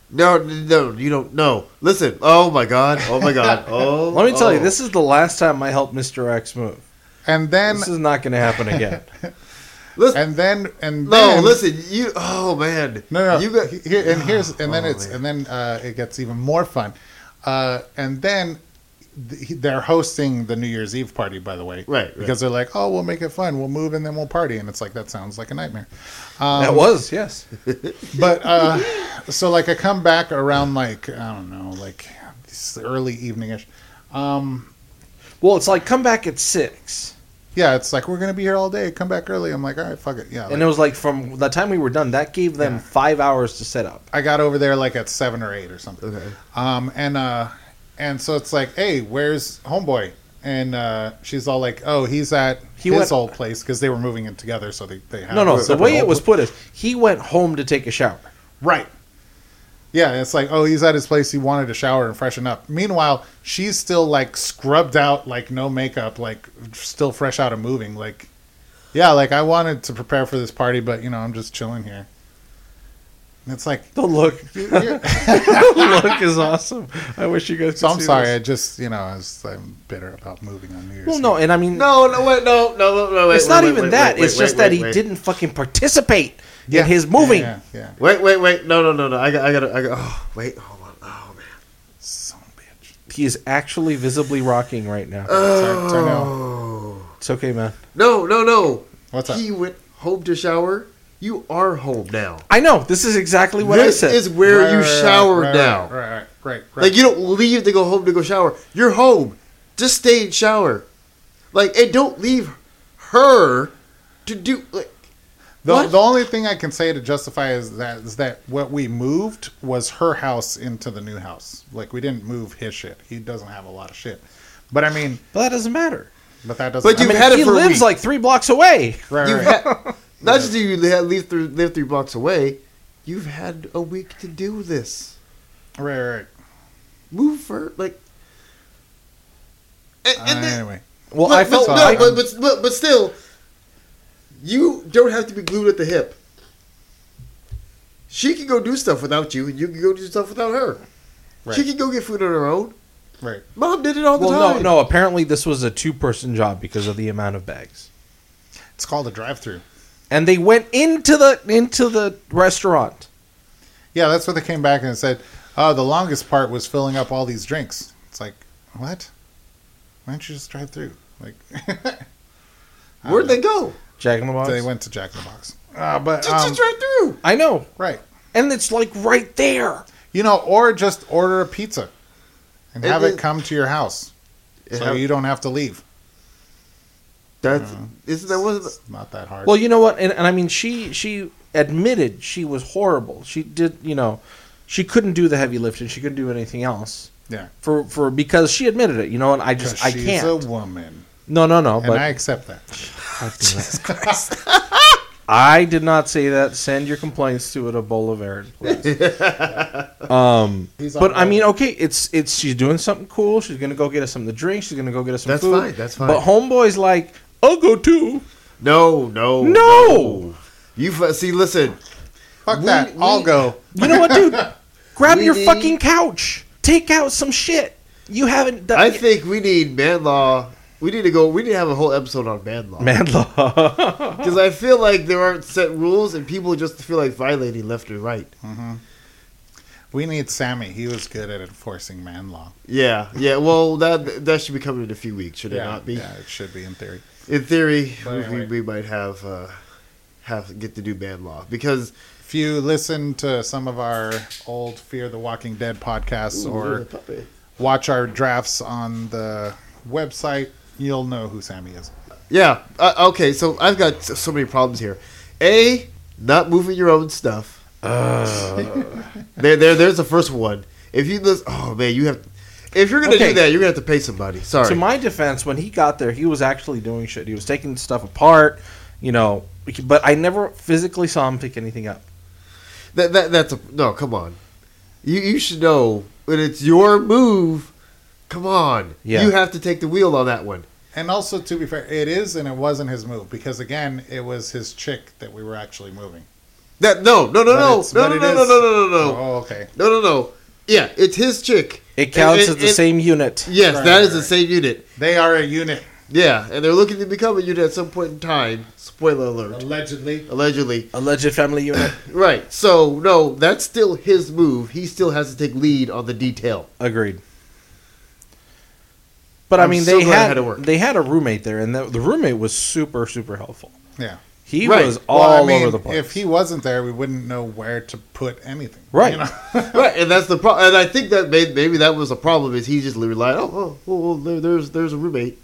[SPEAKER 1] No, no, you don't. No, listen. Oh my god. Oh my god. Oh.
[SPEAKER 3] Let me tell you,
[SPEAKER 1] oh.
[SPEAKER 3] this is the last time I helped Mr. X move.
[SPEAKER 2] And then,
[SPEAKER 3] This is not going to happen again.
[SPEAKER 1] Listen,
[SPEAKER 2] and then, and
[SPEAKER 1] no,
[SPEAKER 2] then,
[SPEAKER 1] listen. You. Oh man.
[SPEAKER 2] No, no.
[SPEAKER 1] You got.
[SPEAKER 2] he- here, and here's and then
[SPEAKER 1] Oh,
[SPEAKER 2] it's
[SPEAKER 1] man.
[SPEAKER 2] and then uh, it gets even more fun. Uh, and then th- he- they're hosting the New Year's Eve party, by the way,
[SPEAKER 1] Right, right.
[SPEAKER 2] Because they're like, oh, we'll make it fun. We'll move and then we'll party, and it's like that sounds like a nightmare. Um,
[SPEAKER 3] that was, yes.
[SPEAKER 2] But uh, so like I come back around like I don't know like this early eveningish. Um,
[SPEAKER 3] Well, it's like come back at 6.
[SPEAKER 2] Yeah, it's like we're gonna be here all day. Come back early. I'm like, all right, fuck it. Yeah,
[SPEAKER 3] and
[SPEAKER 2] like,
[SPEAKER 3] it was like from the time we were done, that gave them
[SPEAKER 2] Yeah.
[SPEAKER 3] five hours to set up.
[SPEAKER 2] I got over there like at seven or eight or something.
[SPEAKER 1] Okay.
[SPEAKER 2] Um, and uh, and so it's like, hey, where's homeboy? And uh, she's all like, oh, he's at
[SPEAKER 3] He
[SPEAKER 2] his
[SPEAKER 3] went-
[SPEAKER 2] old place because they were moving in together, so they they had
[SPEAKER 3] No, no. The
[SPEAKER 2] separate
[SPEAKER 3] way it
[SPEAKER 2] old-
[SPEAKER 3] was put is he went home to take a shower.
[SPEAKER 2] right. Yeah, it's like, oh, he's at his place. He wanted to shower and freshen up. Meanwhile, she's still like scrubbed out, like no makeup, like still fresh out of moving. Like, yeah, like I wanted to prepare for this party, but you know, I'm just chilling here. And it's like,
[SPEAKER 3] The look,
[SPEAKER 2] you're,
[SPEAKER 3] the look is awesome. I wish you guys.
[SPEAKER 2] So
[SPEAKER 3] could
[SPEAKER 2] I'm
[SPEAKER 3] see
[SPEAKER 2] sorry.
[SPEAKER 3] this.
[SPEAKER 2] I just, you know, I was, I'm bitter about moving on New Year's.
[SPEAKER 3] Well, no,
[SPEAKER 2] Eve.
[SPEAKER 3] and I mean,
[SPEAKER 1] No, no, wait, no, no, no, wait.
[SPEAKER 3] it's
[SPEAKER 1] wait,
[SPEAKER 3] not
[SPEAKER 1] wait,
[SPEAKER 3] even
[SPEAKER 1] wait,
[SPEAKER 3] that.
[SPEAKER 1] wait,
[SPEAKER 3] it's
[SPEAKER 1] wait,
[SPEAKER 3] just
[SPEAKER 1] wait,
[SPEAKER 3] that he
[SPEAKER 1] wait.
[SPEAKER 3] didn't fucking participate
[SPEAKER 2] Yeah.
[SPEAKER 3] in his moving.
[SPEAKER 2] Yeah, yeah. yeah.
[SPEAKER 1] Wait, wait, wait. No, no, no, no. I got, I got, to I got. Oh, wait, hold on. Oh man.
[SPEAKER 2] Son of a bitch.
[SPEAKER 3] He is actually visibly rocking right now.
[SPEAKER 1] Uh,
[SPEAKER 2] Sorry, sorry, no.
[SPEAKER 1] Oh.
[SPEAKER 3] it's okay, man.
[SPEAKER 1] No, no, no.
[SPEAKER 2] What's up?
[SPEAKER 1] He went home to shower. You are home now.
[SPEAKER 3] I know this is exactly what
[SPEAKER 1] this
[SPEAKER 3] I said.
[SPEAKER 1] is where
[SPEAKER 2] Right,
[SPEAKER 1] you
[SPEAKER 2] right, right,
[SPEAKER 1] shower
[SPEAKER 2] right,
[SPEAKER 1] now.
[SPEAKER 2] Right, right, right. right.
[SPEAKER 1] Like you don't leave to go home to go shower. You're home. Just stay and shower. Like and don't leave her to do. Like,
[SPEAKER 2] the,
[SPEAKER 1] what?
[SPEAKER 2] the only thing I can say to justify is that is that what we moved was her house into the new house. Like we didn't move his shit. He doesn't have a lot of shit. But I mean,
[SPEAKER 3] but that doesn't matter.
[SPEAKER 2] but that doesn't.
[SPEAKER 1] But
[SPEAKER 2] I
[SPEAKER 1] you
[SPEAKER 2] mean,
[SPEAKER 1] had it
[SPEAKER 3] he
[SPEAKER 1] for a
[SPEAKER 3] lives
[SPEAKER 1] week.
[SPEAKER 3] like three blocks away.
[SPEAKER 2] right,
[SPEAKER 1] you
[SPEAKER 2] right.
[SPEAKER 1] ha- not just do you li- leave three, live three blocks away. You've had a week to do this.
[SPEAKER 2] right, right, right.
[SPEAKER 1] Move for like. And, and then,
[SPEAKER 2] anyway,
[SPEAKER 3] Well,
[SPEAKER 1] But-
[SPEAKER 3] I felt
[SPEAKER 1] but,
[SPEAKER 2] like
[SPEAKER 1] no,
[SPEAKER 2] I-
[SPEAKER 1] but, but but but still, you don't have to be glued at the hip. She can go do stuff without you, and you can go do stuff without her. She
[SPEAKER 2] Right.
[SPEAKER 1] can go get food on her own.
[SPEAKER 2] right.
[SPEAKER 1] Mom did it all the
[SPEAKER 3] well, no,
[SPEAKER 1] time.
[SPEAKER 3] no. Apparently, this was a two-person job because of the amount of bags.
[SPEAKER 2] It's called a drive-through.
[SPEAKER 3] And they went into the into the restaurant.
[SPEAKER 2] Yeah, that's what they came back and said. Oh, the longest part was filling up all these drinks. It's like, what? Why don't you just drive through? Like,
[SPEAKER 1] Where'd they go?
[SPEAKER 3] Jack in the Box.
[SPEAKER 2] they went to Jack in the Box. Uh, but
[SPEAKER 1] Just,
[SPEAKER 2] um,
[SPEAKER 1] just right through.
[SPEAKER 3] I know,
[SPEAKER 2] right,
[SPEAKER 3] and it's like right there.
[SPEAKER 2] you know, or just order a pizza and
[SPEAKER 1] It
[SPEAKER 2] have it,
[SPEAKER 1] is-
[SPEAKER 2] come to your house, so
[SPEAKER 1] Yeah.
[SPEAKER 2] you don't have to leave.
[SPEAKER 1] That's isn't that wasn't
[SPEAKER 2] It's not that hard.
[SPEAKER 3] Well, you know what, and, and I mean, she she admitted she was horrible. She did, you know, she couldn't do the heavy lifting. She couldn't do anything else
[SPEAKER 2] yeah,
[SPEAKER 3] for for because she admitted it. You know, and I just
[SPEAKER 2] 'Cause
[SPEAKER 3] I
[SPEAKER 2] she's
[SPEAKER 3] can't.
[SPEAKER 2] a woman,
[SPEAKER 3] No, no, no.
[SPEAKER 2] and
[SPEAKER 3] But
[SPEAKER 2] I
[SPEAKER 3] I,
[SPEAKER 2] accept that.
[SPEAKER 3] did not say that. Send your complaints to a bowl of Aaron, please. um,
[SPEAKER 2] He's on
[SPEAKER 3] but I
[SPEAKER 2] board.
[SPEAKER 3] mean, okay, it's it's she's doing something cool. She's gonna go get us something to drink. She's gonna go get us some
[SPEAKER 1] That's
[SPEAKER 3] food.
[SPEAKER 1] fine, that's fine.
[SPEAKER 3] But homeboy's like, I'll go too.
[SPEAKER 1] no, no,
[SPEAKER 3] No!
[SPEAKER 1] You fu- see, listen.
[SPEAKER 2] Fuck
[SPEAKER 1] We-
[SPEAKER 2] that.
[SPEAKER 1] we-
[SPEAKER 2] I'll go.
[SPEAKER 3] You know what, dude? Grab
[SPEAKER 1] We
[SPEAKER 3] your
[SPEAKER 1] need-
[SPEAKER 3] fucking couch. Take out some shit. You haven't done.
[SPEAKER 1] I think we need man law. We need to go. We need to have a whole episode on man law
[SPEAKER 3] man law.
[SPEAKER 1] because I feel like there aren't set rules, and people just feel like violating left and right.
[SPEAKER 2] We need Sammy. He was good at enforcing man law.
[SPEAKER 1] Yeah, yeah. Well, that that should be coming in a few weeks, should it not be?
[SPEAKER 2] yeah, it should be in theory.
[SPEAKER 1] In theory,
[SPEAKER 2] But
[SPEAKER 1] we-
[SPEAKER 2] anyway.
[SPEAKER 1] we, we might have uh, have get to do ban law because
[SPEAKER 2] If you listen to some of our old Fear the Walking Dead podcasts or watch our drafts on the website, you'll know who Sammy is.
[SPEAKER 1] yeah, uh, okay. So I've got s- so many problems here. A, not moving your own stuff. there, there, there's the first one. If you listen, oh man, you have. If you're gonna
[SPEAKER 3] Okay.
[SPEAKER 1] do that, you're gonna have to pay somebody. Sorry.
[SPEAKER 3] To my defense, when he got there, he was actually doing shit. He was taking stuff apart, you know. But I never physically saw him pick anything up.
[SPEAKER 1] That, that that's a no. Come on, you you should know when it's your move. Come on,
[SPEAKER 3] Yeah.
[SPEAKER 1] you have to take the wheel on that one.
[SPEAKER 2] And also, to be fair, it is and it wasn't his move because, again, it was his chick that we were actually moving.
[SPEAKER 1] That no no no
[SPEAKER 2] But
[SPEAKER 1] no
[SPEAKER 2] it's-
[SPEAKER 1] no
[SPEAKER 2] but
[SPEAKER 1] no
[SPEAKER 2] it
[SPEAKER 1] no no
[SPEAKER 2] is-
[SPEAKER 1] no no no
[SPEAKER 2] Oh, okay.
[SPEAKER 1] no no no. Yeah, it's his chick.
[SPEAKER 3] It counts
[SPEAKER 1] And-
[SPEAKER 3] as the
[SPEAKER 1] and-
[SPEAKER 3] same unit.
[SPEAKER 1] Yes,
[SPEAKER 2] Right,
[SPEAKER 1] that
[SPEAKER 2] right,
[SPEAKER 1] is the
[SPEAKER 2] right.
[SPEAKER 1] same unit.
[SPEAKER 2] They are a unit,
[SPEAKER 1] Yeah, and they're looking to become a unit at some point in time. Spoiler alert.
[SPEAKER 2] allegedly.
[SPEAKER 1] Allegedly,
[SPEAKER 3] Alleged family unit.
[SPEAKER 1] right? So no, that's still his move. He still has to take lead on the detail.
[SPEAKER 3] Agreed. But i
[SPEAKER 1] I'm
[SPEAKER 3] mean,
[SPEAKER 1] so
[SPEAKER 3] they
[SPEAKER 1] glad I
[SPEAKER 3] had,
[SPEAKER 1] had to work.
[SPEAKER 3] they had a roommate there, and the, the roommate was super super helpful.
[SPEAKER 2] Yeah.
[SPEAKER 3] He
[SPEAKER 1] Right.
[SPEAKER 3] was all
[SPEAKER 2] Well, I mean,
[SPEAKER 3] over the place.
[SPEAKER 2] If he wasn't there, we wouldn't know where to put anything.
[SPEAKER 3] Right.
[SPEAKER 2] You know?
[SPEAKER 1] right, and that's the problem. And I think that may- maybe that was the problem is he just relied. Oh, oh, oh, oh there, there's there's a roommate.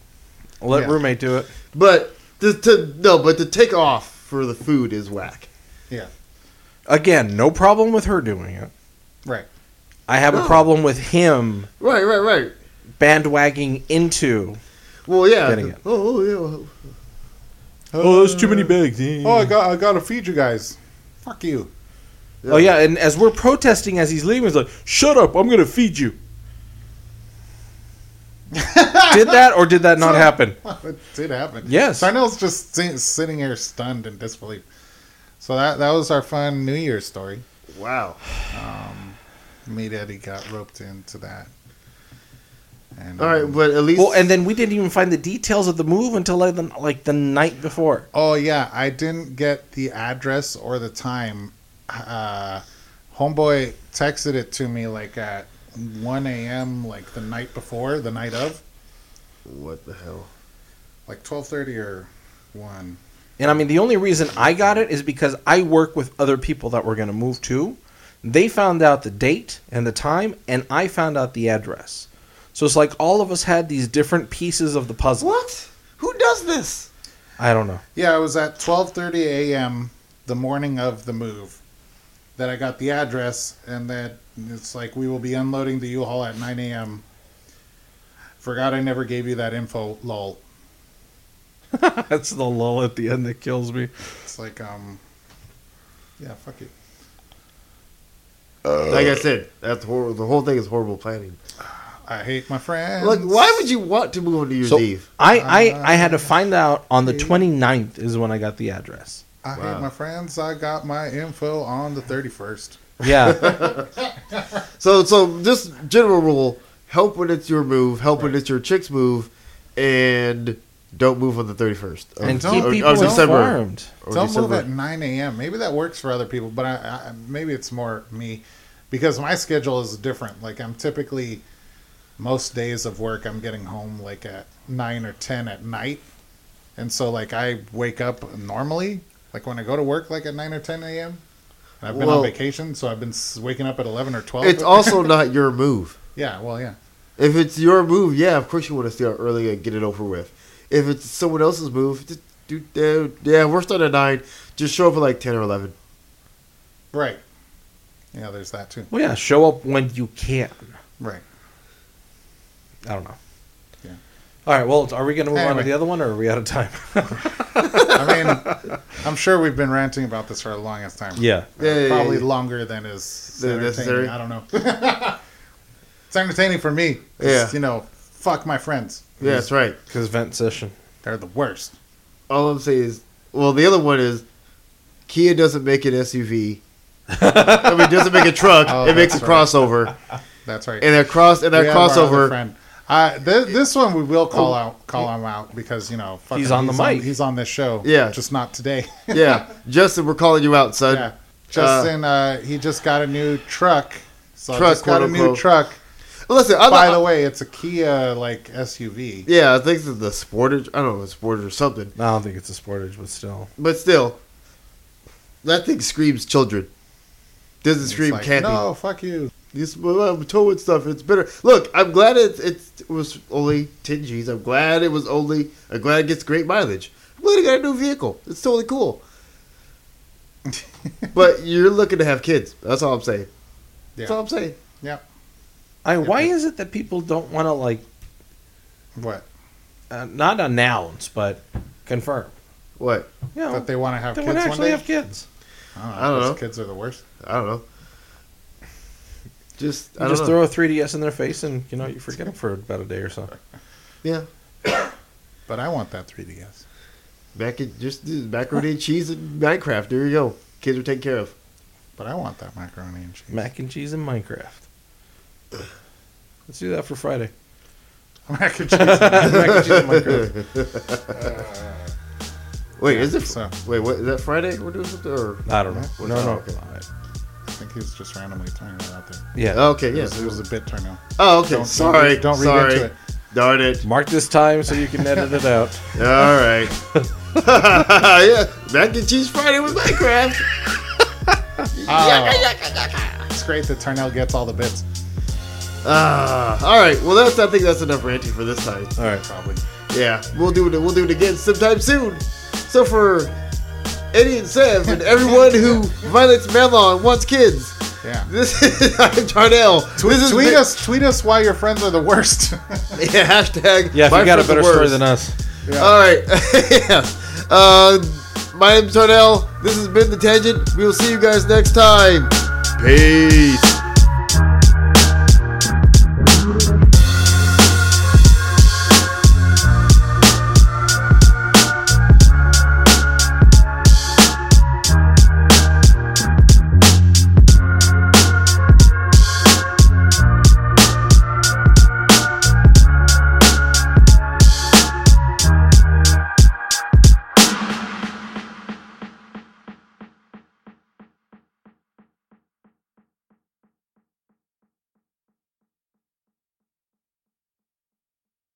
[SPEAKER 3] Let
[SPEAKER 2] Yeah.
[SPEAKER 3] roommate do it.
[SPEAKER 1] But to, to no, but to take off for the food is whack.
[SPEAKER 2] Yeah.
[SPEAKER 3] Again, no problem with her doing it.
[SPEAKER 2] Right.
[SPEAKER 3] I have a
[SPEAKER 1] No.
[SPEAKER 3] problem with him
[SPEAKER 1] Right, right, right.
[SPEAKER 3] bandwagoning into.
[SPEAKER 1] Well, yeah.
[SPEAKER 3] Getting it.
[SPEAKER 1] Oh, oh, yeah. well,
[SPEAKER 3] Oh, those too many bags.
[SPEAKER 2] Oh, I got I got to feed you guys. Fuck you.
[SPEAKER 3] Oh yeah, and as we're protesting as he's leaving, he's like, "Shut up! I'm gonna feed you." did that or did that not
[SPEAKER 2] So-
[SPEAKER 3] happen?
[SPEAKER 2] it did happen.
[SPEAKER 3] Yes.
[SPEAKER 2] Sarnell's just si- sitting here stunned in disbelief. So that that was our fun New Year's story.
[SPEAKER 1] oh. Wow.
[SPEAKER 2] Me Daddy got roped into that. And,
[SPEAKER 1] All right,
[SPEAKER 2] um,
[SPEAKER 1] but at least.
[SPEAKER 3] Well, and then we didn't even find the details of the move until like the, like the night before.
[SPEAKER 2] Oh yeah, I didn't get the address or the time. Uh, homeboy texted it to me like at 1 a.m. like the night before, the night of,
[SPEAKER 1] what the hell?
[SPEAKER 2] like 12:30 or one.
[SPEAKER 3] And I mean, the only reason I got it is because I work with other people that we're going to move to. They found out the date and the time, and I found out the address. So it's like all of us had these different pieces of the puzzle.
[SPEAKER 1] What? Who does this?
[SPEAKER 3] I don't know.
[SPEAKER 2] Yeah, it was at 12:30 a.m. the morning of the move that I got the address, and that it's like we will be unloading the U-Haul at 9 a.m. Forgot I never gave you that info. Lol.
[SPEAKER 3] That's the lull at the end that kills me.
[SPEAKER 2] It's like um, yeah, fuck it.
[SPEAKER 1] like I said, that's horrible. The whole thing is horrible planning.
[SPEAKER 2] I hate my friends.
[SPEAKER 1] Like, why would you want to move on New Year's
[SPEAKER 3] So-
[SPEAKER 1] Eve?
[SPEAKER 3] I, I, I had to find out on the 29th is when I got the address.
[SPEAKER 2] I
[SPEAKER 1] Wow.
[SPEAKER 2] hate my friends. I got my info on the 31st.
[SPEAKER 3] Yeah.
[SPEAKER 1] So, so just general rule: help when it's your move, help when it's your chick's move, and don't move on the thirty first.
[SPEAKER 3] and
[SPEAKER 2] Don't-
[SPEAKER 3] keep
[SPEAKER 2] or- or
[SPEAKER 3] people
[SPEAKER 1] December.
[SPEAKER 3] informed.
[SPEAKER 1] Oh,
[SPEAKER 2] Don't move at 9 a.m. Maybe that works for other people, but I, I, maybe it's more me because my schedule is different. Like, I'm typically, most days of work, I'm getting home like at 9 or 10 at night. And so, like, I wake up normally, like when I go to work, like at 9 or 10 a.m. And I've been
[SPEAKER 1] Well-
[SPEAKER 2] on vacation, so I've been s- waking up at 11 or 12.
[SPEAKER 1] It's also not your move.
[SPEAKER 2] yeah, well, yeah.
[SPEAKER 1] If it's your move, yeah, of course you want to stay out early and get it over with. If it's someone else's move, just do uh, yeah, we're starting at nine. Just show up at like ten or eleven.
[SPEAKER 2] Right. Yeah, there's that too.
[SPEAKER 3] Well, yeah, show up when you can.
[SPEAKER 2] Right.
[SPEAKER 3] I don't know.
[SPEAKER 2] Yeah.
[SPEAKER 3] All right. Well, are we going to move on to
[SPEAKER 2] Anyway.
[SPEAKER 3] the other one, or are we out of time?
[SPEAKER 2] I mean, I'm sure we've been ranting about this for the longest time.
[SPEAKER 3] yeah.
[SPEAKER 1] Yeah,
[SPEAKER 2] Probably
[SPEAKER 1] yeah,
[SPEAKER 2] longer than is
[SPEAKER 1] Than necessary.
[SPEAKER 2] entertaining. I don't know. it's entertaining for me. 'cause,
[SPEAKER 1] Yeah.
[SPEAKER 2] You know, fuck my friends.
[SPEAKER 1] yeah, that's right.
[SPEAKER 3] Because vent session.
[SPEAKER 2] They're the worst.
[SPEAKER 1] All I'm saying is, well, the other one is Kia doesn't make an SUV. I mean, doesn't make a truck.
[SPEAKER 2] Oh,
[SPEAKER 1] it makes a
[SPEAKER 2] that's right.
[SPEAKER 1] crossover,
[SPEAKER 2] That's right.
[SPEAKER 1] and that cross and that
[SPEAKER 2] We have our other
[SPEAKER 1] crossover.
[SPEAKER 2] friend. Uh, th- this one we will call out, call him out because you know fucking
[SPEAKER 3] He's on the mic.
[SPEAKER 2] he's on this show.
[SPEAKER 1] Yeah.
[SPEAKER 2] just not today.
[SPEAKER 1] Yeah, Justin, we're calling you out, son.
[SPEAKER 2] yeah, Justin. Uh, he just got a new truck. So I
[SPEAKER 1] Truck,
[SPEAKER 2] just got a
[SPEAKER 1] quote,
[SPEAKER 2] new
[SPEAKER 1] unquote.
[SPEAKER 2] truck.
[SPEAKER 1] Listen, I'm
[SPEAKER 2] By
[SPEAKER 1] not,
[SPEAKER 2] the way, it's a Kia like SUV.
[SPEAKER 1] yeah, I think it's the Sportage. I don't know, Sportage or something.
[SPEAKER 3] I don't think it's a sportage, but still.
[SPEAKER 1] But still, that thing screams children. Doesn't
[SPEAKER 2] It's
[SPEAKER 1] scream
[SPEAKER 2] like,
[SPEAKER 1] camping.
[SPEAKER 2] No, fuck you.
[SPEAKER 1] This well, I'm towing uh, stuff. It's better. Look, I'm glad it, it's- it was only ten G's. I'm glad it was only. I'm glad it gets great mileage. I'm glad I got a new vehicle. It's totally cool. but you're looking to have kids. That's all I'm saying. That's all
[SPEAKER 2] Yeah.
[SPEAKER 1] I'm saying.
[SPEAKER 3] I, why is it that people don't want to like
[SPEAKER 2] What?
[SPEAKER 3] uh, not announce but confirm?
[SPEAKER 1] What?
[SPEAKER 3] Yeah,
[SPEAKER 2] That they want to have
[SPEAKER 3] they
[SPEAKER 2] kids
[SPEAKER 3] want to
[SPEAKER 2] one day?
[SPEAKER 3] actually have kids.
[SPEAKER 2] I
[SPEAKER 1] I don't
[SPEAKER 2] those
[SPEAKER 1] know.
[SPEAKER 2] Kids are the worst.
[SPEAKER 1] I don't know. Just
[SPEAKER 3] You
[SPEAKER 1] I
[SPEAKER 3] just
[SPEAKER 1] don't know.
[SPEAKER 3] throw a 3ds in their face, and you know you forget them for about a day or so.
[SPEAKER 1] yeah.
[SPEAKER 2] But I want that 3DS.
[SPEAKER 1] Mac and, just macaroni and cheese and Minecraft. There you go. Kids are taken care of.
[SPEAKER 2] But I want that macaroni and cheese.
[SPEAKER 3] Mac and cheese in Minecraft. Let's do that for Friday.
[SPEAKER 2] Mac and cheese. Mac and cheese in Minecraft.
[SPEAKER 1] Wait, is it?
[SPEAKER 2] so-
[SPEAKER 1] Wait, what? Is that Friday? We're doing something? Or
[SPEAKER 3] I don't know.
[SPEAKER 1] What's
[SPEAKER 3] No, no.
[SPEAKER 1] that? Okay.
[SPEAKER 3] All right.
[SPEAKER 2] I think he was just randomly throwing that out there.
[SPEAKER 3] Yeah.
[SPEAKER 1] okay,
[SPEAKER 2] It was,
[SPEAKER 1] yes.
[SPEAKER 2] it was a bit turn out.
[SPEAKER 1] Oh, okay.
[SPEAKER 2] Don't- don't
[SPEAKER 1] sorry.
[SPEAKER 2] read- don't read
[SPEAKER 1] sorry.
[SPEAKER 2] into it.
[SPEAKER 1] Darn it.
[SPEAKER 3] Mark this time so you can edit it out.
[SPEAKER 1] All right. yeah, mac and cheese Friday with Minecraft.
[SPEAKER 2] Ah. It's great that Tarnell gets all the bits.
[SPEAKER 1] Ah, all right. Well, that's I think that's enough ranting for this time.
[SPEAKER 3] All right.
[SPEAKER 2] Probably.
[SPEAKER 1] Yeah, we'll do it. We'll do it again sometime soon. So for Eddie and Sev and everyone who violates man law and wants kids,
[SPEAKER 2] Yeah.
[SPEAKER 1] this is I'm Darnell.
[SPEAKER 2] Tweet,
[SPEAKER 1] this is
[SPEAKER 2] tweet
[SPEAKER 1] Big-
[SPEAKER 2] us. Tweet us why your friends are the worst.
[SPEAKER 1] Yeah, hashtag.
[SPEAKER 3] Yeah, if
[SPEAKER 1] my
[SPEAKER 3] you got a
[SPEAKER 1] friends are
[SPEAKER 3] better story
[SPEAKER 1] worse.
[SPEAKER 3] than us.
[SPEAKER 2] Yeah.
[SPEAKER 1] All right. yeah. Uh, my name's Darnell. This has been the Tangent. We will see you guys next time. Peace.